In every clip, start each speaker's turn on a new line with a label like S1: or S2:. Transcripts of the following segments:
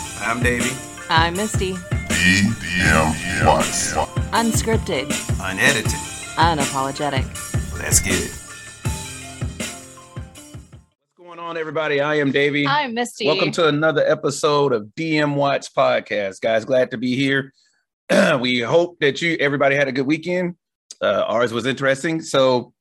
S1: I'm Davey.
S2: I'm Misty.
S3: DM Watts.
S2: Unscripted,
S1: Unedited.
S2: unapologetic.
S1: Let's get it. What's going on, everybody? I am Davey.
S2: I'm Misty.
S1: Welcome to another episode of DM Watts Podcast, guys. Glad to be here. we hope that you everybody had a good weekend. Uh, ours was interesting, so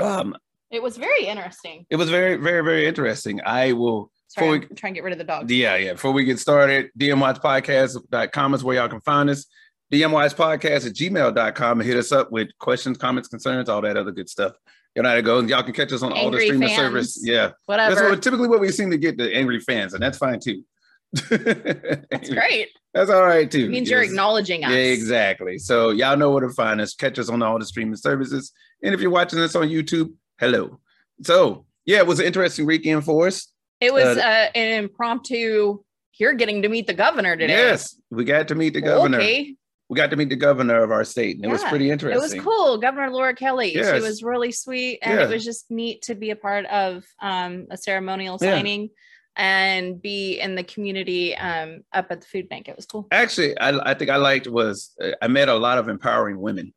S1: um,
S4: It was very interesting.
S1: it was very, very, very interesting. I will.
S4: Sorry,
S1: Before
S4: I'm trying to get rid of the dog.
S1: Yeah, yeah. Before we get started, dmwatchpodcast.com is where y'all can find us. dmwatchpodcast at gmail.com and hit us up with questions, comments, concerns, all that other good stuff. You know how to go. And y'all can catch us on all the
S4: Angry
S1: streaming
S4: fans.
S1: service. Yeah. That's
S4: Whatever.
S1: what, typically what we seem to get the angry fans, and that's fine too.
S4: That's great.
S1: That's all right too.
S4: It means you're
S1: Yes.
S4: acknowledging us.
S1: Yeah, exactly. So y'all know where to find us. Catch us on all the streaming services. And if you're watching this on YouTube, hello. So yeah, it was an interesting weekend for us.
S4: It was
S1: Uh,
S4: uh, an impromptu. You're getting to meet the governor today.
S1: Yes, we got to meet the governor.
S4: Okay.
S1: we got to meet the governor of our state, and it was
S4: Yeah,
S1: pretty
S4: It was
S1: interesting.
S4: cool. Governor Laura Kelly. She
S1: Yes.
S4: was really sweet. And
S1: Yeah.
S4: it was just neat to be a part of um, a ceremonial
S1: Yeah.
S4: signing and be in the community um, up at the food bank. It was cool.
S1: Actually, I, I think I liked was uh, I met a lot of empowering women.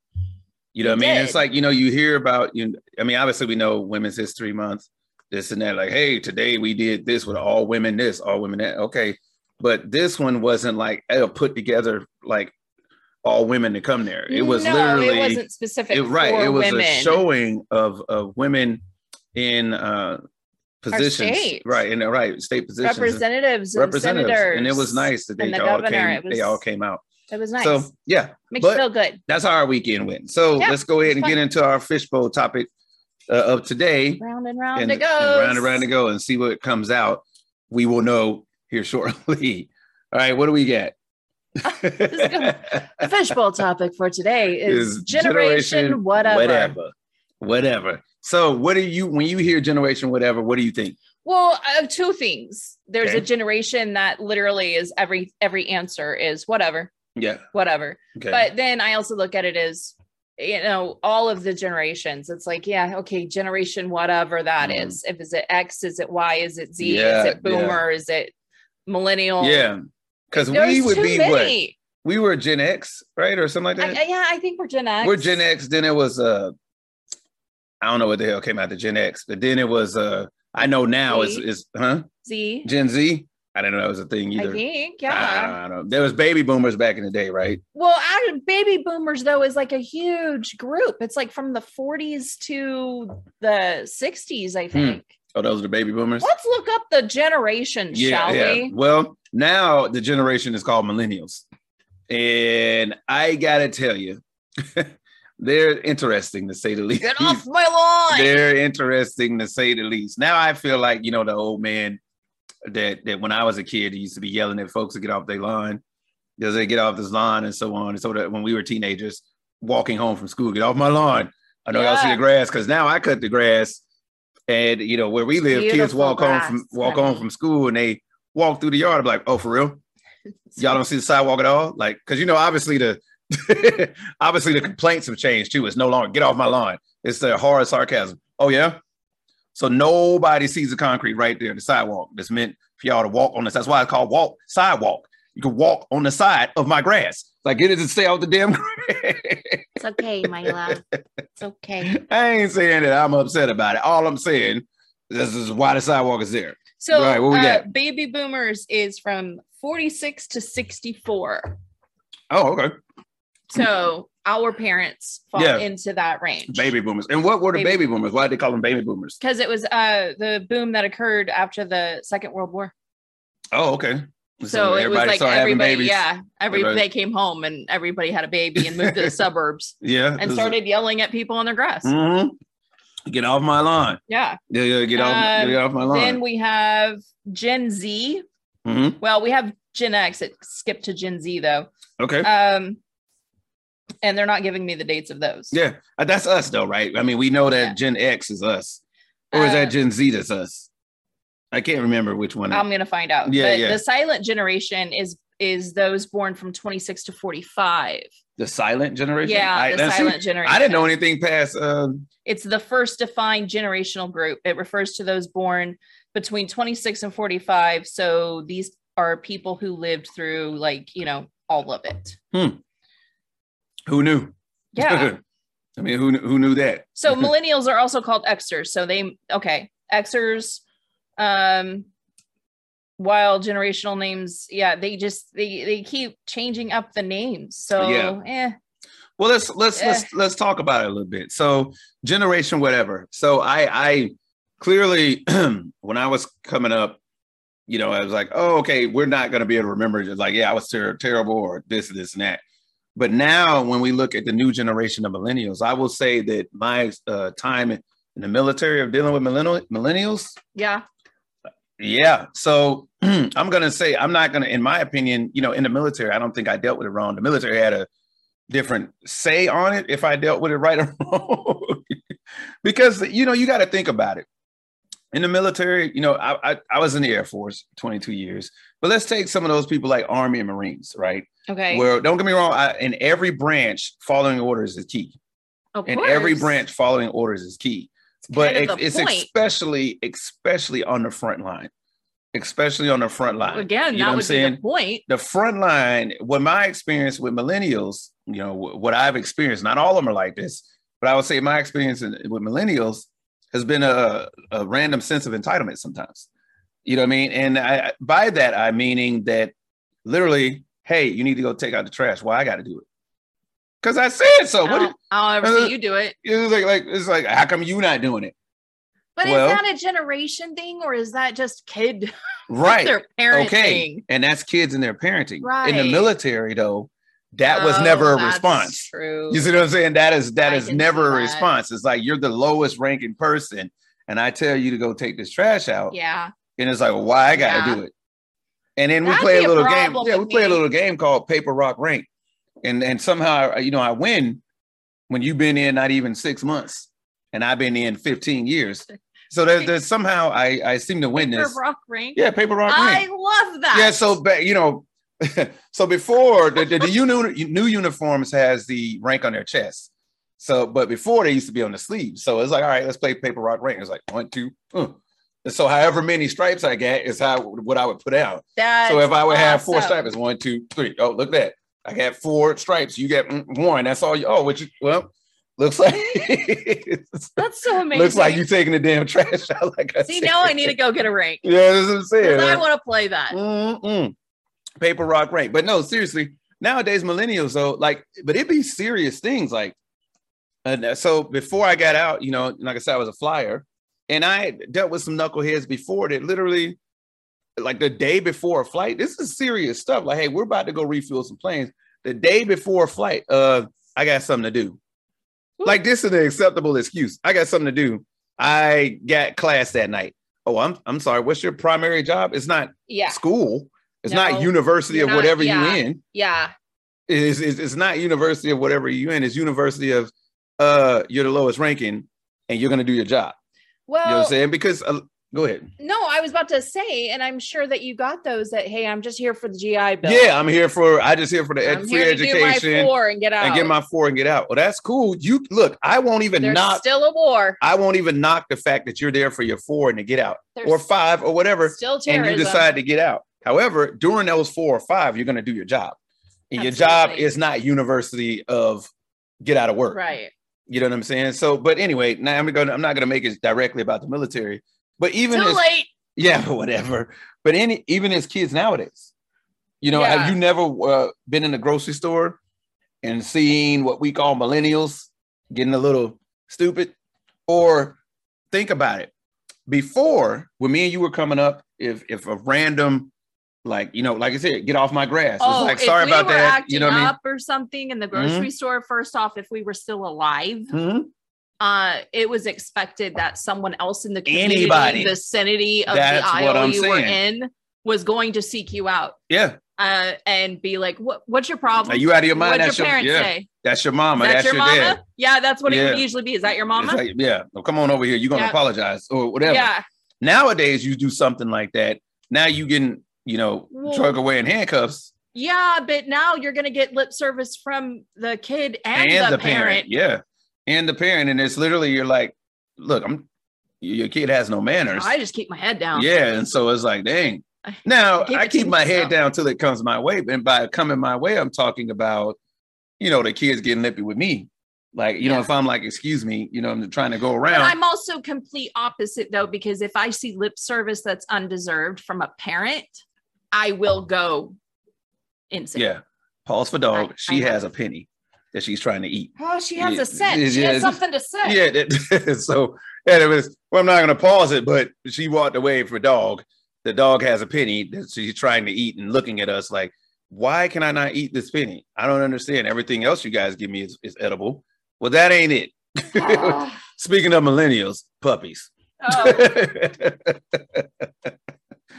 S1: You know
S4: You
S1: what I mean?
S4: did.
S1: It's like you know you hear about you. I mean, obviously we know Women's History Month, this and that. Like, hey, today we did this with all women, this all women that. Okay, but this one wasn't like eh, put together like all women to come there. It was
S4: no,
S1: literally
S4: it wasn't specific.
S1: it- right.
S4: For
S1: It was
S4: women.
S1: a showing of of women in uh positions,
S4: state.
S1: right? In the right state positions.
S4: Representatives, and
S1: representatives,
S4: senators,
S1: and it was nice that they
S4: and the
S1: all
S4: governor.
S1: came.
S4: It
S1: they
S4: was-
S1: all came out.
S4: It was nice.
S1: So yeah,
S4: Makes
S1: but-
S4: you feel good.
S1: that's how our weekend went. So
S4: Yeah,
S1: let's go ahead
S4: it was
S1: and get
S4: fun.
S1: into our fishbowl topic uh, of today,
S4: Round and round
S1: and, and
S4: it goes.
S1: round and round to go, and see what comes out. We will know here shortly. all right, what do we get?
S4: is good. The fishbowl topic for today is,
S1: Is
S4: generation, whatever.
S1: whatever, whatever. So, what do you when you hear generation whatever? What do you think?
S4: Well, uh, two things. There's
S1: Okay.
S4: a generation that literally is every every answer is whatever,
S1: Yeah.
S4: whatever.
S1: Okay.
S4: But then I also look at it as you know all of the generations. It's like yeah, okay, generation whatever that
S1: Mhm.
S4: is. If is it X, is it Y, is it Z,
S1: Yeah,
S4: is it Boomer, is it Millennial?
S1: yeah, because we
S4: There's
S1: would
S4: too
S1: be what
S4: many.
S1: we were Gen X, right, or something like that.
S4: I- I- yeah, I think we're Gen X.
S1: We're Gen X. Then it was uh, I don't know what the hell came out to Gen X, but then it was uh, I know now is
S4: Z.
S1: is huh
S4: Z.
S1: Gen Z. I didn't know that was a thing
S4: I
S1: either. Ah.
S4: think,
S1: I-
S4: yeah.
S1: I, don't know. There was baby boomers back in the day, right?
S4: Well, out of baby boomers though is like a huge group. It's like from the 40s to the 60s, I think.
S1: Oh, those were the baby boomers.
S4: Let's look up the generations, shall we?
S1: Well, now the generation is called millennials. And I gotta tell you, they're interesting to say the least.
S4: Get off my lawn.
S1: They're interesting to say the least. Now I feel like you know the old man that that when I was a kid he used to be yelling at folks to get off their lawn, does they get off this lawn and so on and so that when we were teenagers walking home from school, get off my lawn. I know y'all see the
S4: Yeah.
S1: grass because now I cut the grass, and you know where we live, kids
S4: Beautiful
S1: walk home from
S4: grass,
S1: walk
S4: honey.
S1: home from school and they walk through the yard. I'm like, oh for real? Y'all don't see the sidewalk at all, like because you know obviously the obviously the complaints have changed too. It's no longer get off my lawn. It's the horror sarcasm. Oh yeah. So nobody sees the concrete right there, the sidewalk that's meant for y'all to walk on this. That's why it's called walk sidewalk. You can walk on the side of my grass. Like it doesn't stay out the damn.
S4: It's okay, my love. It's okay.
S1: I ain't saying that I'm upset about it. All I'm saying is this is why the sidewalk is there.
S4: So
S1: Right, what we
S4: uh,
S1: got?
S4: baby boomers is from 46 to 64.
S1: Oh, okay.
S4: So our parents fall
S1: Yeah.
S4: into that range.
S1: Baby boomers. And what were the baby,
S4: Baby-
S1: boomers? Why did they call them baby boomers?
S4: Because it was uh, the boom that occurred after the Second World War.
S1: Oh, okay.
S4: so it was like
S1: started having
S4: everybody,
S1: babies.
S4: yeah, every
S1: Everybody-
S4: they came home and everybody had a baby and moved to the suburbs
S1: Yeah.
S4: and started yelling at people on their grass.
S1: hmm Get off my lawn.
S4: Yeah.
S1: Yeah, yeah, get off,
S4: Um,
S1: get off my lawn.
S4: Then we have Gen Z.
S1: Mhm.
S4: Well, we have Gen X. It skipped to Gen Z though.
S1: Okay.
S4: Um, and they're not giving me the dates of those.
S1: yeah. Uh, That's us though, right? I mean, we know that
S4: Yeah.
S1: Gen X is us. Or is that
S4: Uh, um,
S1: Gen Z that's us? I can't remember which one.
S4: I'm gonna find out.
S1: Yeah,
S4: but
S1: yeah.
S4: the silent generation is is those born from 26 to 45.
S1: the silent generation?
S4: Yeah,
S1: I,
S4: the
S1: that's-
S4: silent generation.
S1: I didn't know anything past um
S4: It's the first defined generational group. It refers to those born between 26 and 45. So these are people who lived through like you know all of it
S1: Who knew?
S4: yeah
S1: I mean, who who knew that?
S4: so millennials are also called xers so they okay xers um while generational names yeah they just they they keep changing up the names so
S1: Yeah.
S4: eh.
S1: Well, let's let's
S4: Yeah.
S1: let's let's talk about it a little bit. So, generation whatever. So, I I clearly when I was coming up, you know, I was like, oh, okay, we're not going to be able to remember. Just like, yeah, I was ter- terrible or this, this, and that. But now, when we look at the new generation of millennials, I will say that my uh, time in the military of dealing with millennial- millennials
S4: yeah
S1: Yeah. So I'm going to say, I'm not going to, in my opinion, you know, in the military, I don't think I dealt with it wrong. The military had a different say on it if I dealt with it right or wrong. because, you know, you got to think about it. In the military, you know, I, I, I was in the Air Force 22 years, but let's take some of those people like Army and Marines, right?
S4: okay
S1: Where don't get me wrong, I, in every branch, following orders is key.
S4: of
S1: In every
S4: course.
S1: branch, following orders is key but
S4: kind
S1: it's,
S4: of the
S1: it's
S4: point.
S1: especially especially on the front line especially on the front line
S4: again
S1: you know
S4: that
S1: what I'm
S4: would be
S1: saying?
S4: the point
S1: the front line what my experience with millennials you know wh- what i've experienced not all of them are like this but i would say my experience in, with millennials has been a, a random sense of entitlement sometimes you know what i mean and I, by that i meaning that literally hey you need to go take out the trash well i got to do it because i said so
S4: I
S1: what
S4: don't- I'll ever
S1: uh,
S4: see you do it
S1: it's like like it's like how come you not doing it
S4: but
S1: well-
S4: is that a generation thing or is that just kid
S1: right
S4: their parent
S1: okay.
S4: thing
S1: And that's kids and their parenting. In the
S4: Right.
S1: military, though, that was
S4: Oh,
S1: never a
S4: that's
S1: response.
S4: true
S1: You see what I'm saying? That is that
S4: I
S1: is
S4: can see
S1: never a
S4: that.
S1: response. It's like you're the lowest ranking person, and I tell you to go take this trash out,
S4: yeah
S1: and it's like, why I gotta
S4: Yeah.
S1: do it. And then
S4: That'd
S1: we play
S4: be
S1: a
S4: a
S1: little game.
S4: problem
S1: Yeah, we
S4: with
S1: play a
S4: me.
S1: little game called Paper Rock Rank, and and somehow I- you know I win when you've been in not even six months, and I've been in 15 years. So there's, there's somehow I I seem to win
S4: Paper
S1: this.
S4: rock rank
S1: Yeah, Paper Rock Rank.
S4: i love that
S1: Yeah, so ba- you know, so before the, the, the uni- new uniforms has the rank on their chest. So, but before they used to be on the sleeve. So it's like, all right, let's play paper rock rank. It's like one, two. uh. And so, however many stripes I get is how what I would put out.
S4: That's
S1: so if I would have four
S4: awesome.
S1: stripes, it's one, two, three. Oh, look at that! I got four stripes. You got mm, one. That's all. You, oh, what you? Well, looks like
S4: That's so amazing.
S1: looks like you taking the damn trash out. Like I
S4: see
S1: said.
S4: now I need to go get a rank.
S1: Yeah, that's what I'm saying.
S4: 'Cause I
S1: man.
S4: want to play that.
S1: Mm-mm. Paper rock rank. But no, seriously, nowadays millennials though, like, but it be serious things like. And uh, so before I got out, you know, like I said, I was a flyer, and I had dealt with some knuckleheads before that. Literally, like the day before a flight, this is serious stuff. Like, hey, we're about to go refuel some planes. The day before a flight, uh, I got something to do. Like this is an acceptable excuse. I got something to do. I got class that night. Oh, I'm I'm sorry. What's your primary job? It's not
S4: Yeah,
S1: school. It's
S4: No,
S1: not university
S4: you're
S1: of
S4: not-
S1: whatever
S4: yeah.
S1: you in.
S4: yeah,
S1: It's, it's, it's not university of whatever you in. It's university of uh you're the lowest ranking and you're gonna do your job. you know what
S4: well,
S1: I'm saying? Because uh, go ahead.
S4: no, I was about to say, and I'm sure that you got those. That hey, I'm just here for the GI Bill.
S1: Yeah, I'm here for I just here for the ed-
S4: I'm
S1: free
S4: here to do my
S1: education
S4: four and get out.
S1: and get my four and get out. Well, that's cool. You look, I won't even
S4: There's
S1: knock
S4: still a war
S1: I won't even knock the fact that you're there for your four and to get out
S4: There's
S1: or five or whatever.
S4: Still terrorism.
S1: and you decide to get out. However, during those four or five, you're going to do your job. And your job
S4: Absolutely.
S1: is not university of get out of work.
S4: right?
S1: You know what I'm saying? So, but anyway, now I'm going to, I'm not going to make it directly about the military, but even
S4: Too
S1: as,
S4: late.
S1: yeah, whatever. But any, even as kids nowadays, you know, have
S4: Yeah.
S1: you never uh, been in a grocery store and seen what we call millennials getting a little stupid? Or think about it. Before, when me and you were coming up, if if a random, like you know, like I said, get off my grass.
S4: Oh,
S1: it's like
S4: if
S1: sorry
S4: we
S1: about
S4: were
S1: that.
S4: acting
S1: You know what I Mm-hmm.
S4: up or something in the grocery store. First off, if we were still
S1: mean?
S4: alive,
S1: Mhm.
S4: uh, it was expected that someone else in the community,
S1: Anybody.
S4: vicinity of
S1: That's
S4: the
S1: what
S4: aisle
S1: I'm
S4: you were
S1: saying.
S4: in was going to seek you out.
S1: Yeah.
S4: uh, and be like, "What? What's your
S1: Are
S4: problem?
S1: you out of your mind?
S4: um, What'd
S1: that's
S4: your
S1: your,
S4: parents
S1: yeah,
S4: say?
S1: That's your mama.
S4: Is that
S1: that's
S4: your
S1: your,
S4: mama?
S1: dad.
S4: Yeah, that's what it
S1: Yeah.
S4: would usually be. Is that your
S1: It's
S4: mama?
S1: like, yeah. Well, come on over here. You're gonna
S4: Yeah.
S1: apologize or whatever.
S4: yeah,
S1: nowadays you do something like that now you getting you know
S4: Well-
S1: drug away in handcuffs
S4: yeah. But now you're gonna get lip service from the kid and,
S1: and,
S4: the, parent.
S1: yeah and the parent and it's literally you're like look i'm your kid has no manners
S4: I just keep my head down.
S1: yeah and so it's like dang Now
S4: Keep
S1: I
S4: it
S1: keep
S4: to
S1: my head
S4: yourself.
S1: down till it comes my way, and by coming my way, I'm talking about you know the kids getting nippy with me. Like you know,
S4: Yeah.
S1: if I'm like, excuse me, you know, I'm trying to go
S4: But
S1: around.
S4: I'm also complete opposite though, because if I see lip service that's undeserved from a parent, I will go insane.
S1: yeah, pause for dog.
S4: I-
S1: she
S4: I
S1: has a
S4: have-
S1: penny that she's trying to eat.
S4: Oh, she has
S1: Yeah,
S4: a scent. She
S1: yeah.
S4: has something to say.
S1: Yeah, that, so and it was. Well, I'm not going to pause it, but she walked away for dog. The dog has a penny that she's trying to eat and looking at us like, why can I not eat this penny? I don't understand. Everything else you guys give me is, is edible. Well, that ain't it.
S4: Oh,
S1: Speaking of millennials, puppies.
S4: oh,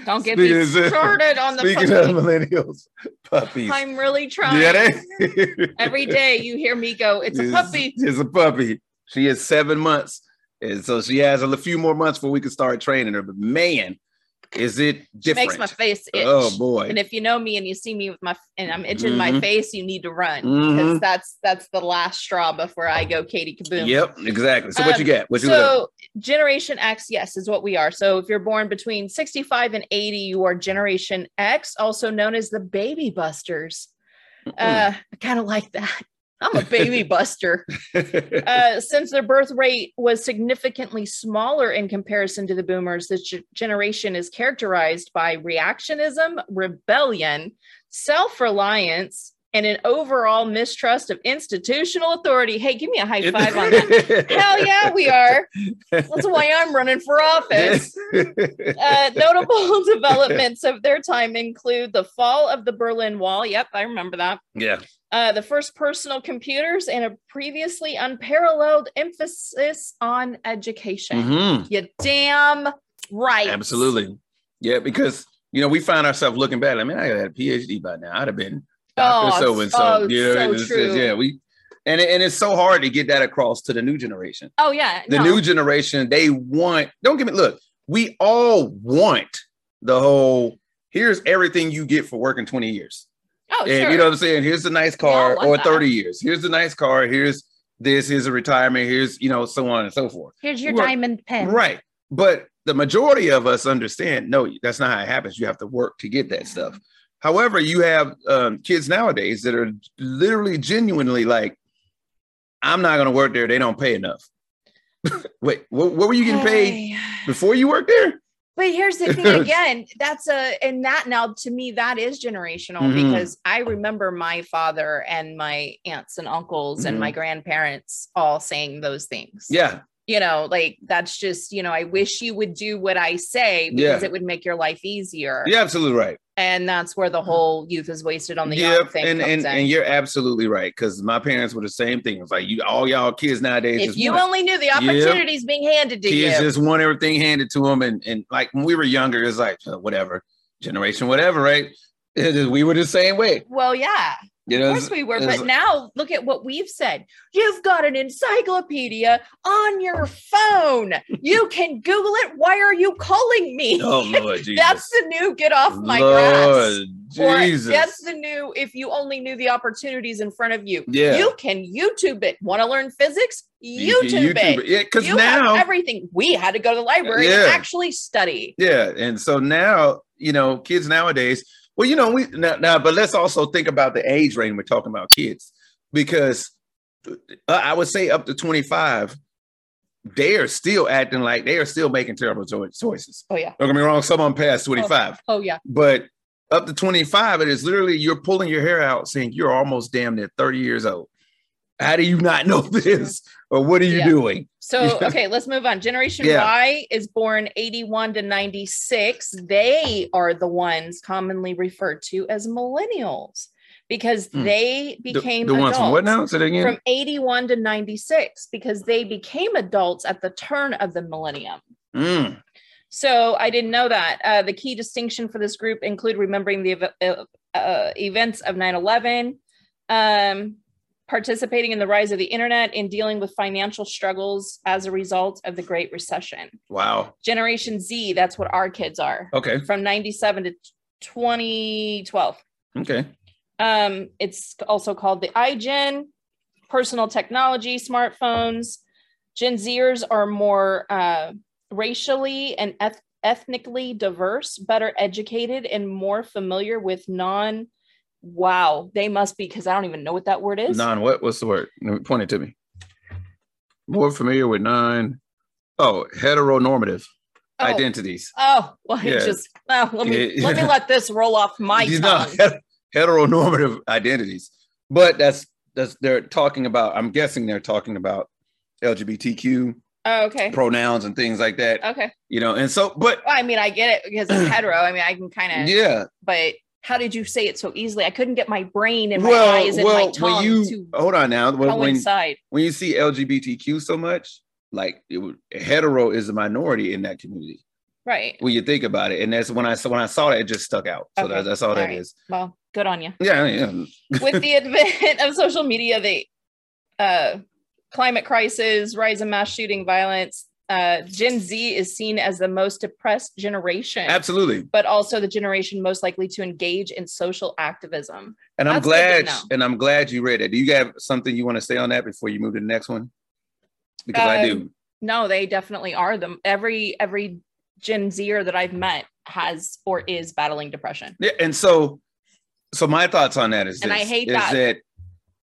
S4: don't get me
S1: Speaking of-
S4: started on the
S1: Speaking of
S4: puppy.
S1: millennials, puppies.
S4: I'm really trying.
S1: yeah, they-
S4: Every day you hear me go, it's a puppy.
S1: It's a puppy. She is seven months. And so she has a few more months before we can start training her. But man, is it different?
S4: Makes my face itch.
S1: oh boy.
S4: And if you know me and you see me with my and I'm itching my
S1: Mhm.
S4: face, you need to run because
S1: Mhm.
S4: that's that's the last straw before I go Katie Kaboom.
S1: Yep, exactly. So what you
S4: Um,
S1: got? What you got?
S4: So Generation X, yes, is what we are. So if you're born between 65 and 80, you are Generation X, also known as the Baby Busters. Uh, I kind of like that. I'm a baby buster. Uh, since their birth rate was significantly smaller in comparison to the boomers, this ge- generation is characterized by reactionism, rebellion, self reliance, and an overall mistrust of institutional authority. Hey, give me a high five on that. Hell yeah, we are. That's why I'm running for office. Uh, notable developments of their time include the fall of the Berlin Wall. Yep, I remember that
S1: yeah.
S4: uh, the first personal computers, and a previously unparalleled emphasis on education.
S1: Mhm.
S4: You damn right.
S1: Absolutely. Yeah, because you know, we find ourselves looking back. I mean, I had a PhD by now. I'd have been Dr.
S4: Oh,
S1: so and
S4: oh,
S1: so. You know,
S4: so
S1: and it's- it's-
S4: true.
S1: yeah, we and it, and it's so hard to get that across to the new generation.
S4: Oh yeah.
S1: The
S4: no.
S1: new generation, they want, don't give me look, we all want the whole here's everything you get for working 20 years.
S4: Oh
S1: and
S4: sure.
S1: you know what I'm saying? Here's the nice car
S4: want
S1: or
S4: that.
S1: 30 years. Here's the nice car, here's this, here's a retirement, here's you know, so on and so forth.
S4: Here's your
S1: Right.
S4: diamond pen.
S1: Right. But the majority of us understand no, that's not how it happens. You have to work to get that stuff. However, you have um, kids nowadays that are literally genuinely like, I'm not going to work there. They don't pay enough. Wait, what, what were you getting paid before you worked there?
S4: But here's the thing again, that's a and that now to me that is generational
S1: Mhm.
S4: because I remember my father and my aunts and uncles and my grandparents all saying those things.
S1: Mm-hmm. Yeah.
S4: you know, like that's just, you know, I wish you would do what I say because
S1: Yeah.
S4: it would make your life easier.
S1: You're absolutely right.
S4: And that's where the whole youth is wasted on the
S1: Yeah.
S4: young thing.
S1: And,
S4: comes
S1: and,
S4: in.
S1: and you're absolutely right. Because my parents were the same thing. It was like, you all y'all kids nowadays.
S4: if
S1: just
S4: you
S1: want-
S4: only knew the
S1: Yep.
S4: opportunities being handed to
S1: kids
S4: you.
S1: just want everything handed to them and and like when we were younger it's like uh, whatever generation whatever right It is- we were the same way
S4: Well, yeah,
S1: you
S4: of
S1: know
S4: course we were.
S1: it's-
S4: But now look at what we've said. You've got an encyclopedia on your phone. You can Google it. Why are you calling me?
S1: oh lord jesus
S4: That's the new get off my grass.
S1: lord
S4: Or
S1: jesus
S4: that's the new if you only knew the opportunities in front of you.
S1: Yeah.
S4: You can YouTube it. Want to learn physics?
S1: You
S4: YouTube,
S1: can
S4: it.
S1: yeah because
S4: you have
S1: now
S4: everything. We had to go to the library
S1: Yeah.
S4: and actually study.
S1: yeah and so now you know kids nowadays well you know we now, now but let's also think about the age range we're talking about kids because uh, i would say up to 25 they are still acting like they are still making terrible cho- choices
S4: Oh yeah.
S1: Don't get me wrong, someone passed 25,
S4: Oh yeah.
S1: but up to 25, it is literally you're pulling your hair out saying you're almost damn near 30 years old. How do you not know this? Or what are you
S4: Yeah.
S1: doing?
S4: So okay, let's move on. Generation
S1: Yeah.
S4: Y is born 81 to 96. They are the ones commonly referred to as millennials because
S1: Hmm.
S4: they
S1: The-
S4: became
S1: the, ones from what
S4: adults.
S1: now? Say that again.
S4: from 81 to 96 because they became adults at the turn of the millennium.
S1: Mm,
S4: So I didn't know that. Uh, the key distinction for this group include remembering the ev- uh, uh, events of 9/11, um, participating in the rise of the internet, and dealing with financial struggles as a result of the Great Recession.
S1: Wow.
S4: Generation Z, that's what our kids are,
S1: Okay.
S4: from 97 to 2012.
S1: Okay.
S4: Um, it's also called the iGen, personal technology, smartphones. Gen Zers are more uh, racially and eth- ethnically diverse, better educated, and more familiar with non. Wow, they must be because I don't even know what that word is.
S1: Non, what? What's the word? Point it to me. More familiar with non. Oh, heteronormative
S4: oh,
S1: identities.
S4: Oh, well, it
S1: Yeah.
S4: just oh, let me
S1: Yeah.
S4: let me let this roll off my
S1: These
S4: tongue.
S1: not heteronormative identities, but that's that's they're talking about. I'm guessing they're talking about LGBTQ
S4: Oh, okay.
S1: pronouns and things like that.
S4: Okay.
S1: You know, and so, but
S4: Well, I mean, I get it because it's hetero. I mean, I can kind of.
S1: yeah,
S4: But how did you say it so easily? I couldn't get my brain and my
S1: well,
S4: eyes and my
S1: well,
S4: tongue
S1: when you
S4: to
S1: hold on now, when, when
S4: coincide.
S1: when you see LGBTQ so much, like it would, hetero is a minority in that community
S4: Right.
S1: when you think about it, and that's when I saw when I saw that it just stuck out. So
S4: Okay.
S1: that's, that's all that
S4: Alright.
S1: is.
S4: Well, good on you.
S1: Yeah, I mean,
S4: With the advent of social media, the uh, climate crisis, rise in mass shooting violence, uh, Gen Z is seen as the most depressed generation,
S1: yeah, absolutely.
S4: but also the generation most likely to engage in social activism.
S1: And I'm
S4: That's good to
S1: glad,
S4: know.
S1: and I'm glad you read it. Do you have something you want to say on that before you move to the next one? Because I
S4: Um,
S1: do.
S4: No, they definitely are. Them every every Gen Zer that I've met has or is battling depression.
S1: Yeah, and so, so my thoughts on that is,
S4: And I
S1: this,
S4: hate
S1: is
S4: that.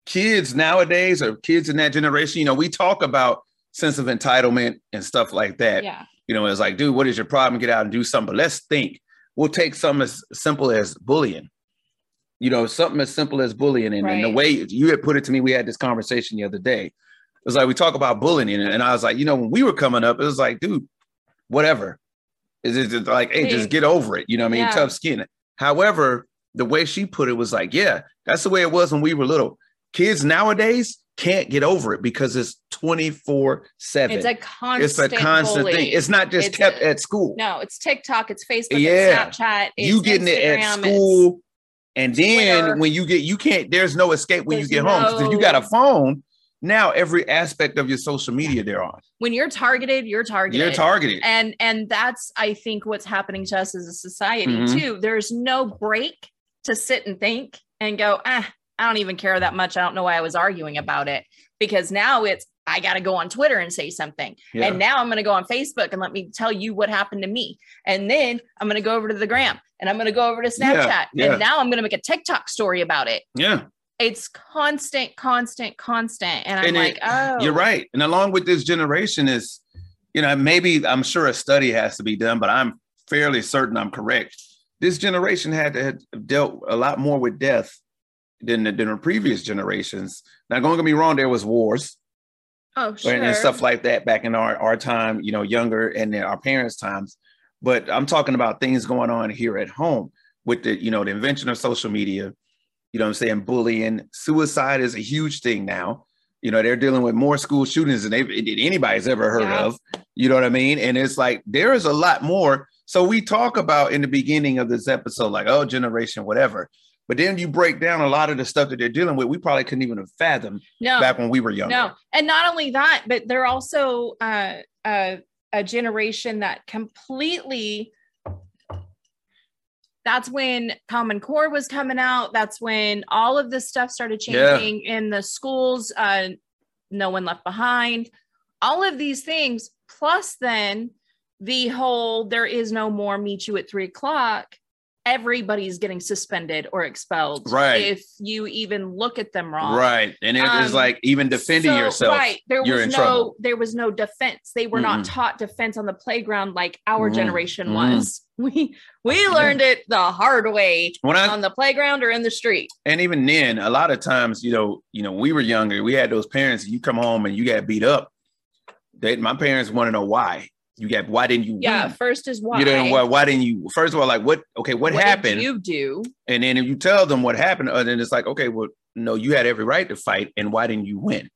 S1: kids nowadays or kids in that generation, you know, we talk about sense of entitlement and stuff like that.
S4: Yeah.
S1: You know, it's like, dude, what is your problem? Get out and do something. But let's think. We'll take something as simple as bullying. You know, something as simple as bullying. And, and the
S4: Right.
S1: way you had put it to me, we had this conversation the other day. It was like we talk about bullying, and, and I was like, you know, when we were coming up, it was like, dude, whatever. It's just it's like, hey,
S4: Yeah.
S1: just get over it. You know what I mean?
S4: Yeah.
S1: Tough skin. However, the way she put it was like, yeah, that's the way it was when we were little. Kids nowadays can't get over it because it's 24 7
S4: It's a constant.
S1: it's a constant
S4: bully.
S1: thing. It's not just
S4: It's
S1: kept
S4: a-
S1: at school.
S4: no, it's TikTok, it's Facebook,
S1: Yeah.
S4: it's Snapchat. It's
S1: you getting it at
S4: Instagram, it's-
S1: school, and then
S4: Twitter.
S1: when you get, you can't. There's no escape when you
S4: There's
S1: get home. 'Cause If you got a
S4: no-
S1: phone, now every aspect of your social media they're on.
S4: when you're targeted, you're targeted.
S1: You're targeted.
S4: and and that's I think what's happening to us as a society
S1: Mhm.
S4: too. There's no break to sit and think and go, ah, I don't even care that much. I don't know why I was arguing about it because now it's I got to go on Twitter and say something.
S1: Yeah.
S4: And now I'm going to go on Facebook and let me tell you what happened to me. And then I'm going to go over to the gram and I'm going to go over to
S1: Yeah,
S4: Snapchat.
S1: yeah.
S4: And now I'm going to make a TikTok story about it.
S1: yeah,
S4: It's constant, constant, constant. And I'm
S1: And
S4: like,
S1: it-
S4: oh,
S1: you're right. And along with this generation is, you know, maybe I'm sure a study has to be done, but I'm fairly certain I'm correct. This generation had to have dealt a lot more with death than the, than the previous generations. Now, don't get me wrong, there was wars.
S4: Oh,
S1: and-
S4: sure.
S1: and stuff like that back in our, our time, you know, younger and in our parents' times. But I'm talking about things going on here at home with the, you know, the invention of social media, you know what I'm saying, bullying, suicide is a huge thing now. You know, they're dealing with more school shootings than they've than anybody's ever heard
S4: Yeah.
S1: of. You know what I mean? And it's like there is a lot more. So we talk about in the beginning of this episode, like, oh, generation, whatever. But then you break down a lot of the stuff that they're dealing with. We probably couldn't even have fathomed
S4: no,
S1: back when we were younger.
S4: No, and not only that, but they're also uh, uh, a generation that completely. That's when Common Core was coming out. That's when all of this stuff started
S1: Yeah.
S4: changing in the schools. Uh, no one left behind. All of these things, plus then the whole there is no more meet you at three o'clock. Everybody's getting suspended or expelled,
S1: Right.
S4: If you even look at them wrong,
S1: Right. And it was
S4: Um,
S1: like even defending
S4: so,
S1: yourself.
S4: Right. There
S1: you're
S4: was
S1: in
S4: no
S1: trouble.
S4: there was no defense. They were not
S1: Mm-mm.
S4: taught defense on the playground like our
S1: Mm-mm.
S4: generation
S1: Mm-mm.
S4: was. We we learned it the hard way
S1: When I
S4: on the playground or in the street.
S1: and even then, a lot of times, you know, you know, we were younger, we had those parents, you come home and you got beat up. They, my parents want to know why. You got why didn't you
S4: Yeah.
S1: win?
S4: First is why.
S1: You know why why didn't you first of all, like what okay, what,
S4: What did
S1: happened?
S4: you do?
S1: and then if you tell them what happened, and then it's like, okay, well, no, you had every right to fight, and why didn't you win?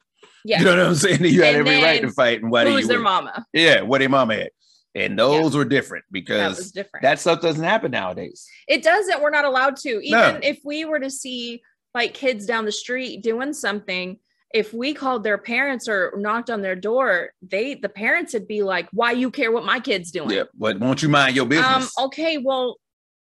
S4: Yeah.
S1: You know what I'm saying? You had
S4: And
S1: every right to
S4: then
S1: fight, and why
S4: Who
S1: didn't
S4: was
S1: you
S4: their
S1: win?
S4: mama?
S1: Yeah, what their mama had. And those were different
S4: That
S1: because
S4: was different.
S1: that stuff doesn't happen nowadays.
S4: it doesn't. We're not allowed to. Even
S1: No.
S4: if we were to see like kids down the street doing something, if we called their parents or knocked on their door, they the parents would be like, "Why you care what my kid's doing?" oh,
S1: Yeah, but won't you mind your business?
S4: Um, okay, well,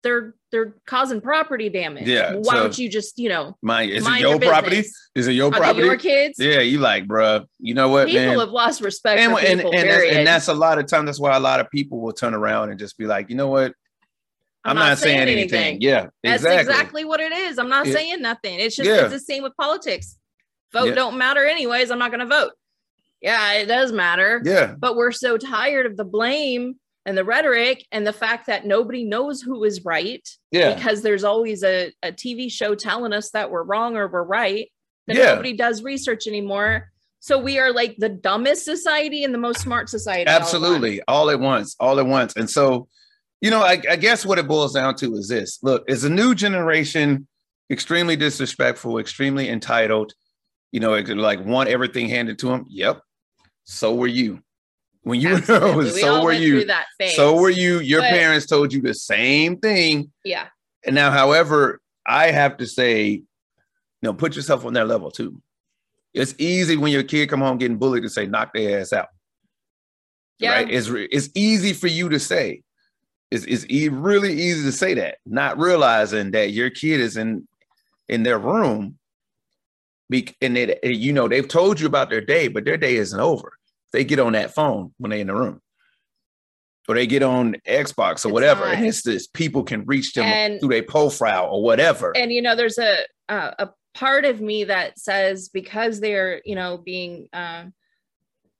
S4: they're they're causing property damage.
S1: Yeah,
S4: Why
S1: so-
S4: don't you just, you know,
S1: Mine is it
S4: mind
S1: your,
S4: your
S1: property?
S4: business?
S1: Is it your
S4: are they
S1: property?
S4: your kids?
S1: yeah, you like, bruh. You know what,
S4: people
S1: man?
S4: have lost respect
S1: and,
S4: for
S1: and,
S4: people.
S1: and, that's,
S4: period.
S1: and that's a lot of time. That's why a lot of people will turn around and just be like, you know what? I'm, not, saying, anything. Yeah,
S4: That's
S1: exactly.
S4: exactly. what it is. I'm not
S1: Yeah.
S4: saying nothing. It's just
S1: Yeah.
S4: it's the same with politics. Vote
S1: Yeah.
S4: don't matter anyways. I'm not going to vote. Yeah, it does matter.
S1: Yeah,
S4: But we're so tired of the blame and the rhetoric and the fact that nobody knows who is right
S1: yeah,
S4: because there's always a, a TV show telling us that we're wrong or we're right. That
S1: Yeah.
S4: nobody does research anymore. So we are like the dumbest society and the most smart society. all at once.
S1: absolutely. All at once, all at once. And so, you know, I, I guess what it boils down to is this: look, is a new generation extremely disrespectful, extremely entitled. You know, it could, like want everything handed to them. Yep. So were you. When you
S4: Absolutely. We
S1: so
S4: all
S1: were
S4: went
S1: you.
S4: through that phase.
S1: So were you. Your
S4: But-
S1: parents told you the same thing.
S4: Yeah.
S1: And now, however, I have to say, you know, put yourself on that level too. It's easy when your kid come home getting bullied to say, knock their ass out.
S4: Yeah.
S1: Right. It's, re- it's easy for you to say. It's, it's e- really easy to say that, not realizing that your kid is in in their room. Be- and it, it- you know, they've told you about their day, but their day isn't over. They get on that phone when they're in the room. Or they get on Xbox or
S4: It's
S1: whatever. And
S4: not.
S1: it's this people can reach them
S4: And-
S1: through their profile or whatever.
S4: and you know there's a uh, a part of me that says because they're you know being um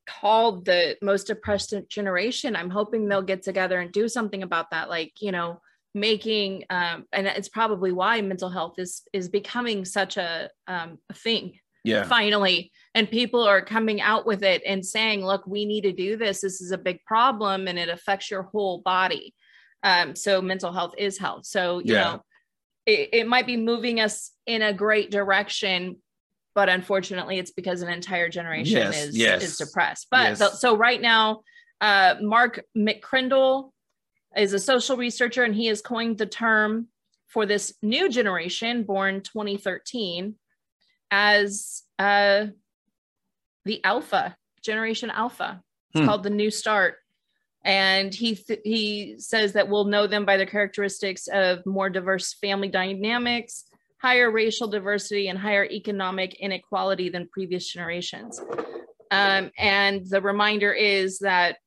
S4: called the most oppressed generation i'm hoping they'll get together and do something about that like you know making um and it's probably why mental health is is becoming such a um a thing
S1: yeah.
S4: finally and people are coming out with it and saying look we need to do this this is a big problem and it affects your whole body um, so mental health is health so you
S1: Yeah.
S4: know it, it might be moving us in a great direction but unfortunately it's because an entire generation
S1: Yes,
S4: is
S1: yes.
S4: is depressed but
S1: Yes.
S4: the- so right now uh, mark mccrindle is a social researcher and he has coined the term for this new generation born 2013 as uh, the alpha generation alpha it's
S1: Hmm.
S4: called the new start and he th- he says that we'll know them by their characteristics of more diverse family dynamics higher racial diversity and higher economic inequality than previous generations um, and the reminder is that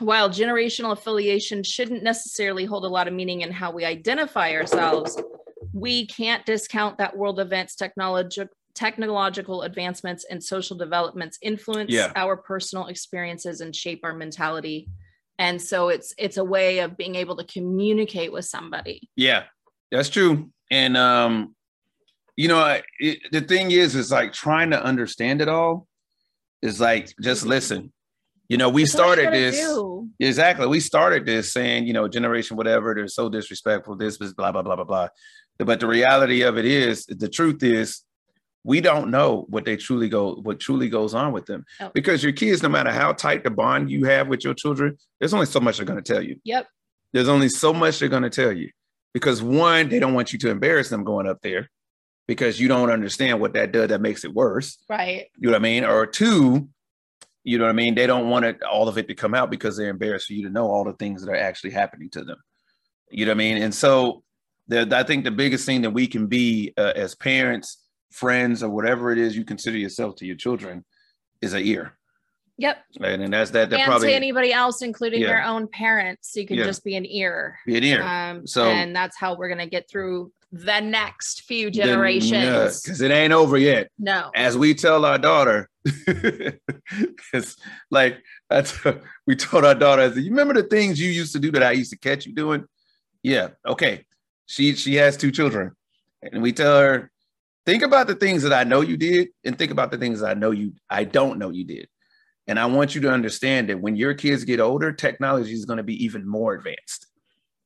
S4: while generational affiliation shouldn't necessarily hold a lot of meaning in how we identify ourselves, we can't discount that world events, technologi- technological advancements, and social developments influence
S1: Yeah.
S4: our personal experiences and shape our mentality. And so it's it's a way of being able to communicate with somebody.
S1: Yeah, that's true. And um, you know, I- it, the thing is, is like trying to understand it all is like just listen. You know, we
S4: That's all you
S1: started
S4: gotta
S1: this
S4: do.
S1: exactly. We started this saying, you know, generation whatever, they're so disrespectful. This is blah blah blah blah blah. But the reality of it is, the truth is, we don't know what they truly go, what truly goes on with them,
S4: Oh.
S1: because your kids, no matter how tight the bond you have with your children, there's only so much they're going to tell you
S4: Yep.
S1: there's only so much they're going to tell you because one they don't want you to embarrass them going up there because you don't understand what that does that makes it worse
S4: Right.
S1: you know what i mean or two you know what i mean they don't want it all of it to come out because they're embarrassed for you to know all the things that are actually happening to them you know what i mean and so the, i think the biggest thing that we can be uh, as parents friends or whatever it is you consider yourself to your children is an ear
S4: Yep.
S1: and, and that's that that
S4: and
S1: probably
S4: to anybody else, including
S1: Yeah.
S4: their own parents, you can
S1: Yeah.
S4: just be an ear.
S1: be an ear
S4: Um,
S1: So-
S4: and that's how we're gonna get through the next few generations.
S1: because it ain't over yet
S4: no,
S1: as we tell our daughter, it's like I t- we told our daughter, I said, "You remember the things you used to do that I used to catch you doing?" Yeah, okay. She she has two children, and we tell her, "Think about the things that I know you did, and think about the things that I know you I don't know you did." And I want you to understand that when your kids get older, technology is going to be even more advanced.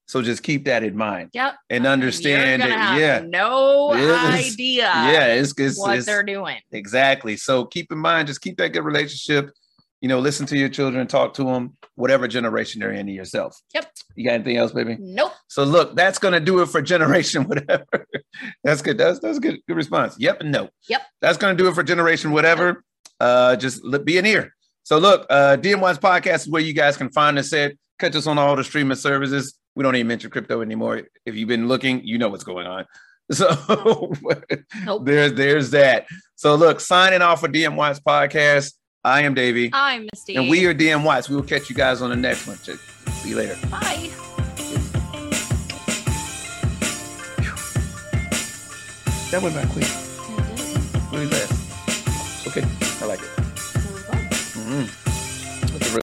S1: So just keep that in mind
S4: yep,
S1: and understand
S4: You're gonna
S1: that.
S4: have
S1: Yeah,
S4: no
S1: Yes.
S4: idea,
S1: yeah, it's it's,
S4: what
S1: it's
S4: they're doing.
S1: Exactly. So keep in mind, just keep that good relationship. You know, listen to your children, talk to them, whatever generation they're in yourself.
S4: Yep.
S1: You got anything else, baby?
S4: Nope.
S1: So look, that's gonna do it for generation whatever. that's good. That's that's a good good response. Yep and no.
S4: Yep.
S1: That's gonna do it for generation whatever. Uh just li- be an ear. So look, uh DM Wise Podcast is where you guys can find us at. Catch us on all the streaming services. We don't even mention crypto anymore. If you've been looking, you know what's going on. So
S5: Nope.
S1: there's there's that. So look, signing off for DM Watts podcast. I am Davey,
S5: I'm Misty.
S1: and we are DM Watts. We will catch you guys on the next one. See you later.
S5: Bye.
S1: That went by quick, really fast. Okay, I like it. Mm-hmm.